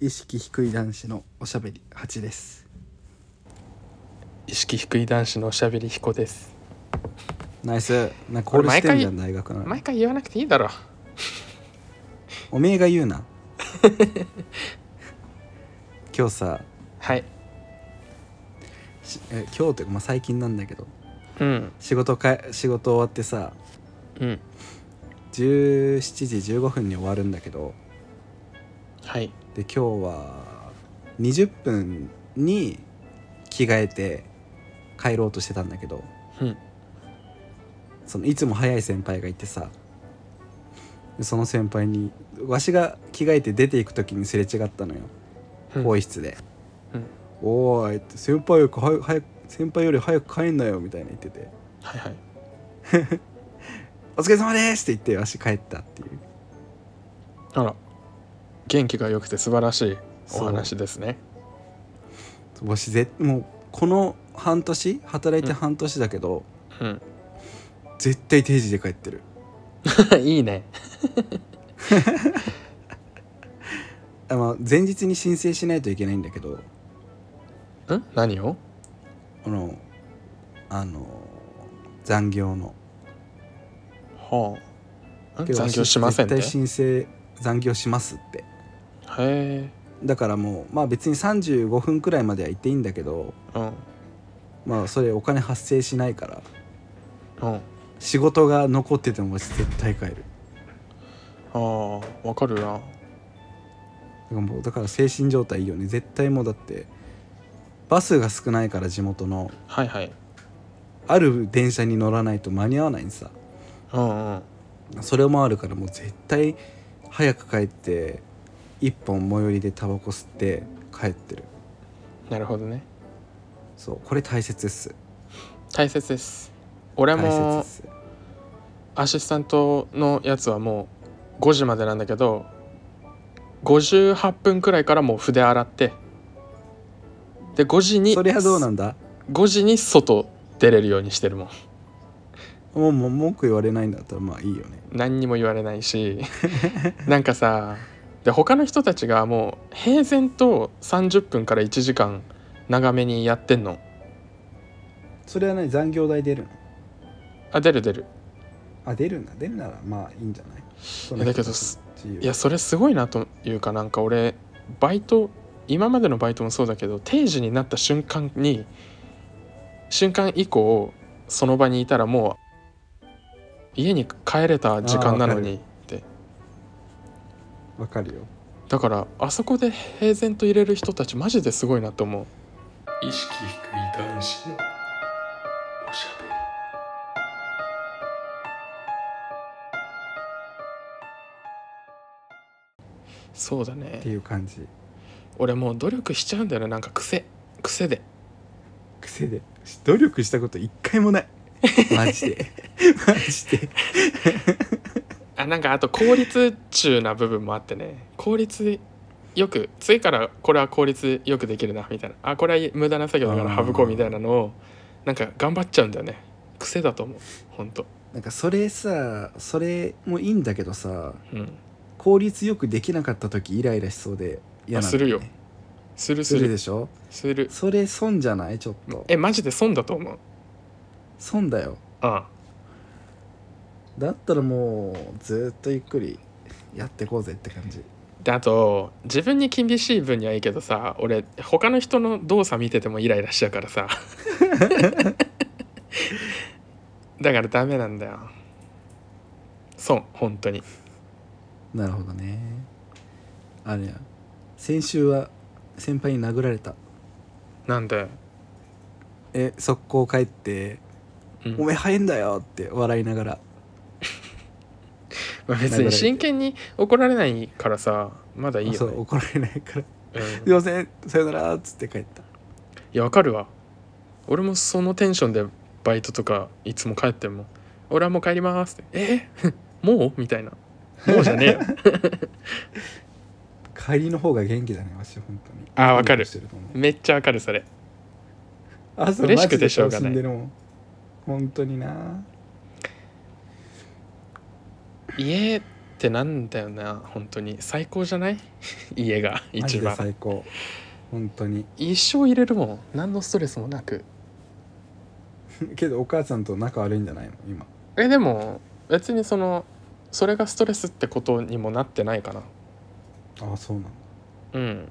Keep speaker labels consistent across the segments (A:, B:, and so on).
A: 意識低い男子のおしゃべり8です
B: 意識低い男子のおしゃべり彦です
A: ナイスなんかこれしてんじゃん大学の
B: 毎回言わなくていいだろ
A: おめえが言う な今日さ
B: はい
A: しえ今日というか、まあ、最近なんだけど
B: うん
A: 仕事か仕事終わってさ
B: うん
A: 17時15分に終わるんだけど
B: はい
A: で今日は20分に着替えて帰ろうとしてたんだけど
B: うん
A: そのいつも早い先輩がいてさでその先輩にわしが着替えて出ていく時にすれ違ったのよ更衣室で「
B: う
A: おーい」って「先輩より早く早く先輩より早く帰んなよ」みたいな言ってて
B: はいはい
A: 「お疲れ様です」って言ってわし帰ったっていう
B: あら元気が良くて素晴らしいお話ですね
A: わしぜもうこの半年働いて半年だけど、
B: うん
A: 絶対定時で帰ってる
B: いいね
A: あ、まあ、前日に申請しないといけないんだけど
B: ん何を
A: あのあの残業の
B: はあん
A: けど
B: 残業しませんっ
A: 私
B: てへ
A: 絶対申請残業しますって
B: え
A: だからもうまあ別に35分くらいまでは行っていいんだけど
B: うん
A: まあそれお金発生しないから
B: うんあ
A: 仕事が残ってても私絶対帰る
B: あわかるな
A: だからもうだから精神状態いいよね絶対もうだってバスが少ないから地元の
B: はいはい
A: ある電車に乗らないと間に合わないんさ
B: うんうん
A: それもあるからもう絶対早く帰って一本最寄りでタバコ吸って帰ってる
B: なるほどね
A: そうこれ大切です
B: 大切です俺
A: 大切
B: も
A: です
B: アシスタントのやつはもう5時までなんだけど58分くらいからもう筆洗ってで5時に
A: そりゃどうなんだ
B: 5時に外出れるようにしてるもん
A: もうもう文句言われないんだったらまあいいよね
B: 何にも言われな いしなんかさで他の人たちがもう平然と30分から1時間長めにやってんの
A: それはね残業代出るの
B: あ出る出る
A: あ出るな出るならまあいいんじゃないその
B: いやだけど
A: 人たち
B: す
A: 自由
B: いやそれすごいなというかなんか俺バイト今までのバイトもそうだけど定時になった瞬間に瞬間以降その場にいたらもう家に帰れた時間なのにって
A: わかるよ
B: だからあそこで平然と入れる人たちマジですごいなと思う
C: 意識低い男子のおしゃべり
B: そうだ
A: って
B: ね
A: いう感じ
B: 俺もう努力しちゃうんだよねなんか癖癖で
A: 癖で努力したこと一回 もないマジでマジで
B: あなんかあと効率中な部分もあってね効率よく次からこれは効率よくできるなみたいなあこれは無駄な作業だから
A: あー
B: 省こうみたいなのをなんか頑張っちゃうんだよね癖だと思うほんと
A: なんかそれさそれもいいんだけどさ
B: うん
A: 効率よくできなかった時イライラしそうで嫌なんだね
B: あするよする
A: す
B: す
A: る
B: る
A: でしょ
B: する
A: それ損じゃないちょっと
B: えマジで損だと思う
A: 損だよ
B: あ
A: だったらもうずっとゆっくりやってこうぜって感じ
B: であと自分に厳しい分にはいいけどさ俺他の人の動作見ててもイライラしちゃうからさだからダメなんだよ損本当に
A: なるほどねあれや先週は先輩に殴られた
B: なんで
A: え速攻帰って
B: う
A: 「
B: ん
A: おめえ早いんだよ」って笑いながら
B: まあ、別に真剣に怒られないからさまだいい
A: そ
B: よ、
A: う
B: ね
A: 怒られないから
B: う
A: 「
B: ん
A: すい
B: い
A: ませんさよなら」っつって帰った
B: やわかるわ俺もそのテンションでバイトとかいつも帰っても「俺はもう帰ります」って「え ーもう?」みたいな「もうじゃね えよ
A: 帰りの方が元気だねわし本当に
B: あーわかる
A: してと思う
B: めっちゃわかるそれ
A: あそれマ
B: 嬉しく
A: ジ
B: て
A: で
B: しょう
A: 楽
B: が
A: し
B: ない
A: んでるもん本当にな
B: 家ってなんだよな本当に最高じゃない家が
A: マ
B: 一
A: ジで
B: 番
A: 最高本当に
B: 一生入れるもん何のストレスもなく
A: けどお母さんと仲悪いんじゃないの今
B: えでも別にそのそれがストレスってことにもなってないかな
A: ああそうなの
B: うん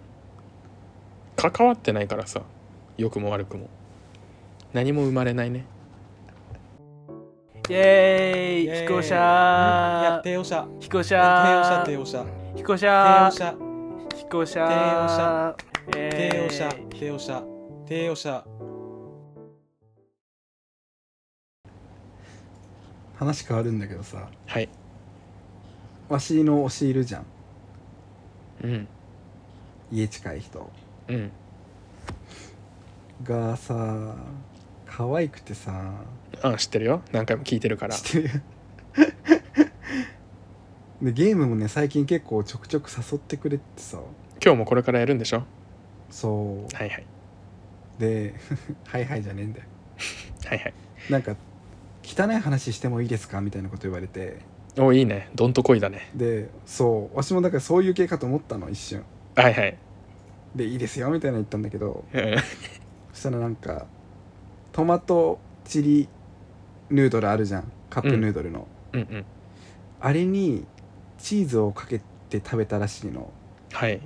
B: 関わってないからさ良くも悪くも何も生まれないね
D: イエ
E: イエー
D: ー
E: イ
D: イ飛行車
E: いや、低音車。
D: 飛行
E: 低音車、
D: 車
E: 低音車。
D: 飛行
E: 低
D: 車
E: 音車、
D: 飛行車
E: 低音車
D: え、
E: 低音車、低音車。
A: 話変わるんだけどさ
B: はい
A: わしの推しいるじゃん
B: うん
A: 家近い人
B: うん
A: がさ可愛くてさ
B: あ知ってるよ何回も聞いてるから
A: してる でゲームもね最近結構ちょくちょく誘ってくれてさ
B: 今日もこれからやるんでしょ
A: そ
B: はいはいう
A: で 「はいはい」じゃねえんだよ
B: はいはい
A: なんか「汚い話してもいいですか?」みたいなこと言われて
B: おいいねどんとこいだね
A: でそうわしもだからそういう系かと思ったの一瞬
B: はいはい
A: で「いいですよ」みたいなの言ったんだけど
B: うん
A: そしたらなんかトマトチリヌードルあるじゃんカップヌードルの、
B: うんうん
A: あれにチーズをかけて食べたらしいの
B: はい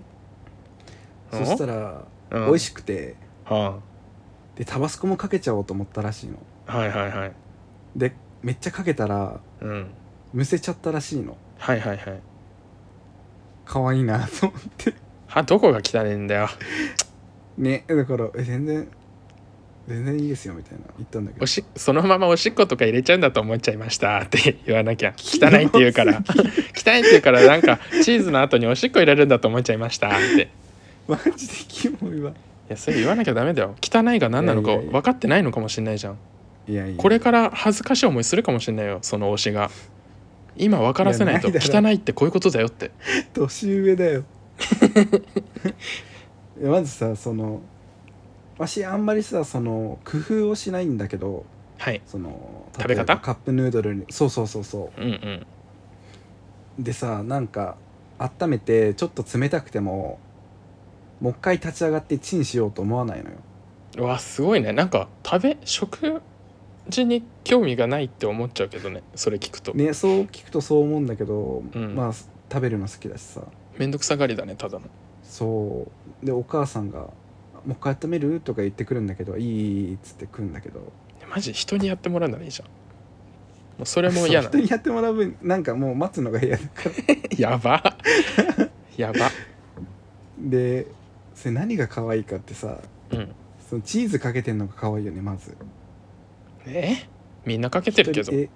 A: そした
B: ら、
A: ら
B: うん
A: 美味しくて、
B: は
A: でタバスコもかけちゃおうと思ったらしいの
B: あはいはいはい
A: でめっちゃかけたら
B: うん
A: むせちゃったらしいの
B: はいはいはい
A: 可愛いなと 思って
B: はどこが汚いんだよ
A: ねだからえ全然全然いいですよみたいな言ったんだけど
B: おしそのままおしっことか入れちゃうんだと思っちゃいました って言わなきゃ汚いって言うから 汚いって言うからなんかチーズの後におしっこ入れるんだと思っちゃいましたってい
A: マジでキモいわ
B: やそれ言わなきゃダメだよ汚いが何なの
A: い
B: か
A: やいやいや
B: 分かってないのかもしれないじゃん
A: いやいや
B: これから恥ずかしい思いするかもしれないよその推しが今分からせないと
A: いやないだ
B: 汚
A: ろ
B: いってこういうことだよって
A: 年上だよ いやまずさそのわしあんまりさその工夫をしないんだけど
B: はい
A: その
B: 食べ方
A: 例えばカップヌードルにそうそうそうそ
B: うんうん
A: うでさなんか温めてちょっと冷たくてももう一回立ち上がってチンしようと思わないのよ
B: うわすごいねなんか食べ食事に興味がないって思っちゃうけどねそれ聞くと
A: ねそう聞くとそう思うんだけど、
B: うん
A: まあ食べるの好きだしさ
B: めんどくさがりだねただの
A: そうでお母さんが「もう一回温める?」とか言ってくるんだけど「いいいい」っつってくんだけど
B: マジ人にやってもらうならいいじゃんもうそれも嫌
A: そう
B: な
A: 人にやってもらう分なんかもう待つのが嫌だから
B: やば やば
A: でそれ何が可愛いかってさ
B: うん
A: そのチーズかけてんのが可愛いよねまず
B: えみんなかけてるけど
A: え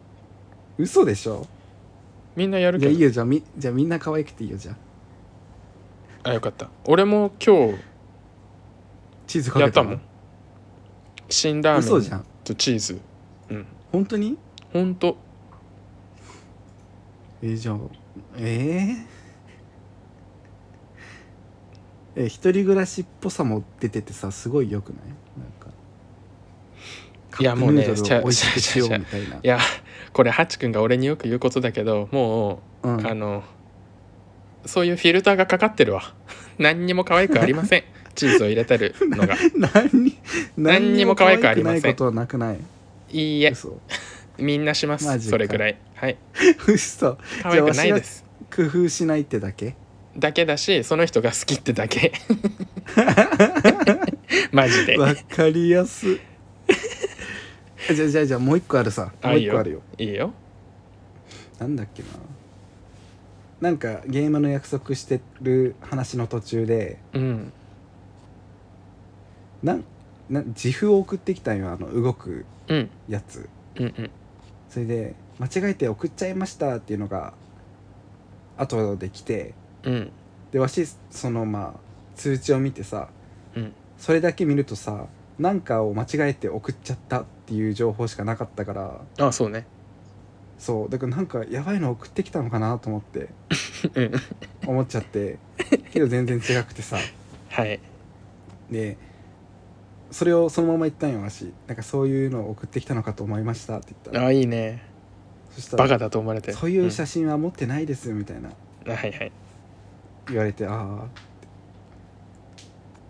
A: 嘘でしょ
B: みんなやる
A: じゃ
B: け
A: あいい
B: ど
A: よじゃあみじゃあみんな可愛くていいよじゃあ
B: あよかった俺も今
A: チーズか
B: 日や
A: け
B: った
A: た
B: も
A: の
B: ん辛ラー
A: 嘘
B: メ
A: じゃ
B: ン
A: ん
B: とチーズうん
A: 本当に
B: ほんと
A: えーじゃあえー、え一人暮らしっぽさも出ててさすごいよくないなんか
B: いやもうね
A: カップヌードルを美味しくしようみたいない
B: やこれハチ君が俺によく言うことだけども
A: う
B: う、あ
A: ん
B: のそういうフィルターがかかってるわ 何にも可愛くありませんチーズを入れてるのが
A: 何に
B: 何にも可愛くありません
A: ないことはなくない
B: いいえ
A: 嘘
B: みんなしま
A: マ
B: す
A: ジか
B: それくらいはい
A: 嘘
B: 可愛くないです
A: 工夫しないってだけ
B: だけだしその人が好きって だけマジで
A: わかりや すじゃあじゃあじゃあもう一個あるさも
B: あ
A: う
B: いい
A: 一個
B: よ
A: あるよ
B: いいよ
A: なんだっけななんかゲームの約束してる話の途中で
B: うん
A: なんなん自負を送ってきたんよあの動く
B: うん
A: やつ
B: うんうん
A: それで間違えて送っちゃいましたっていうのが後で来て
B: うん
A: でわしそのまあ通知を見てさ
B: うん
A: それだけ見るとさなんかを間違えて送っちゃったっていう情報しかなかったから
B: あそうね
A: そうだからなんかやばいの送ってきたのかなと思って
B: うん
A: 思っちゃって けど全然違くてさ
B: はい
A: でそれをそのまま言ったんよわしなんかそういうのを送ってきたのかと思いましたって言ったら
B: あいいね
A: そしたら
B: バカだと思われて
A: そういう写真は持ってないですみたいな
B: うんはいはい
A: 言われてああ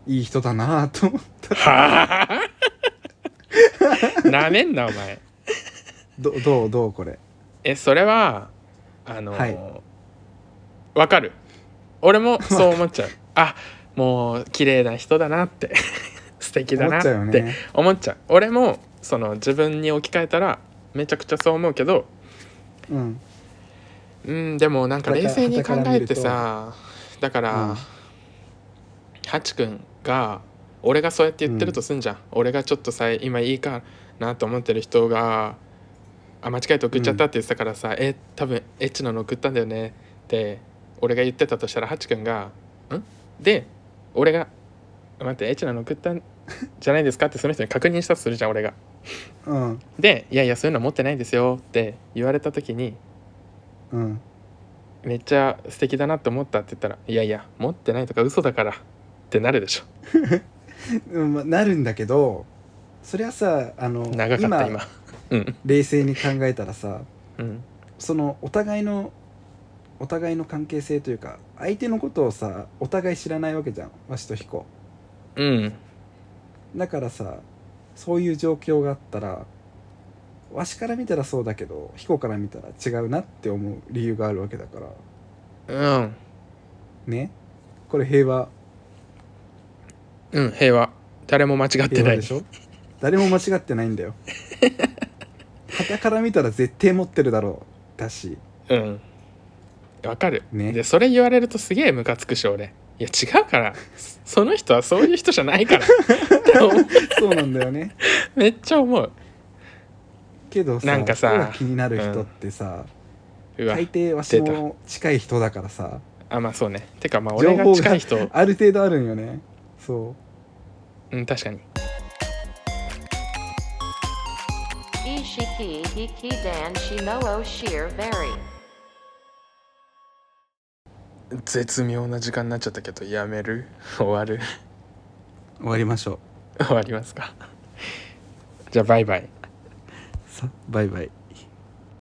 A: いい人だなあと思った
B: は あなめんなお前
A: どどうどうこれ
B: えそれはあの
A: はい
B: わかる俺もそう思 っちゃうあもう綺麗な人だなって 素敵だ
A: 思
B: な
A: っ
B: っ
A: ちゃうよ
B: て
A: ね
B: 思っちゃう俺もその自分に置き換えたらめちゃくちゃそう思うけど
A: うん
B: うんでもなんか
A: だから
B: 冷静に考え
A: 傍
B: てさだから
A: うん
B: ハチ君が俺がそうやって言ってるとすんじゃん、俺がちょっとさ今いいかなと思ってる人があ間違えて送っちゃったって言ってたからさ、え多分エッチなの送ったんだよねって俺が言ってたとしたらハチ君が「ん?」で俺が「待ってエッチなの送ったんじゃないですか?」ってその人に確認したとするじゃん俺が。
A: うん
B: で「いやいやそういうの持ってないんですよ」って言われた時に
A: うん
B: めっちゃ素敵だなって思ったって言ったら「いやいや持ってないとか嘘だから」ってなるでしょ
A: うん まあなるんだけどそれはさあの
B: 長かった今うん
A: 冷静に考えたらさ
B: うん
A: そのお互いのお互いの関係性というか相手のことをさお互い知らないわけじゃんわしと彦
B: うん
A: だからさそういう状況があったらわしから見たらそうだけど彦から見たら違うなって思う理由があるわけだから
B: うん
A: ねこれ平和
B: うん平和誰も間違って
A: 平
B: な
A: 和
B: い
A: でしょ誰も間違ってないんだ よ傍から見たら絶対持ってるだろうだし
B: うんわかる、
A: ね
B: でそれ言われるとすげえムカつくし俺いや違うからそその人はそういう人じゃない からって思う
A: そうなんだよね
B: めっちゃ思う
A: けどさ
B: なんかさ
A: ここが気になる人ってさ、
B: うわ
A: 大抵わしも近い人だからさ
B: あまあそうねてかまあ
A: 情
B: 俺
A: 報
B: が
A: が
B: 近い人
A: ある程度あるんよねそ
B: うん確かに
F: Ishiki hiki dan shimo sheer berry.
B: 絶妙な時間になっちゃったけどやめる終わる
A: う終わりましょう
B: 終わりますかじゃあバイバイ
A: さバイバイ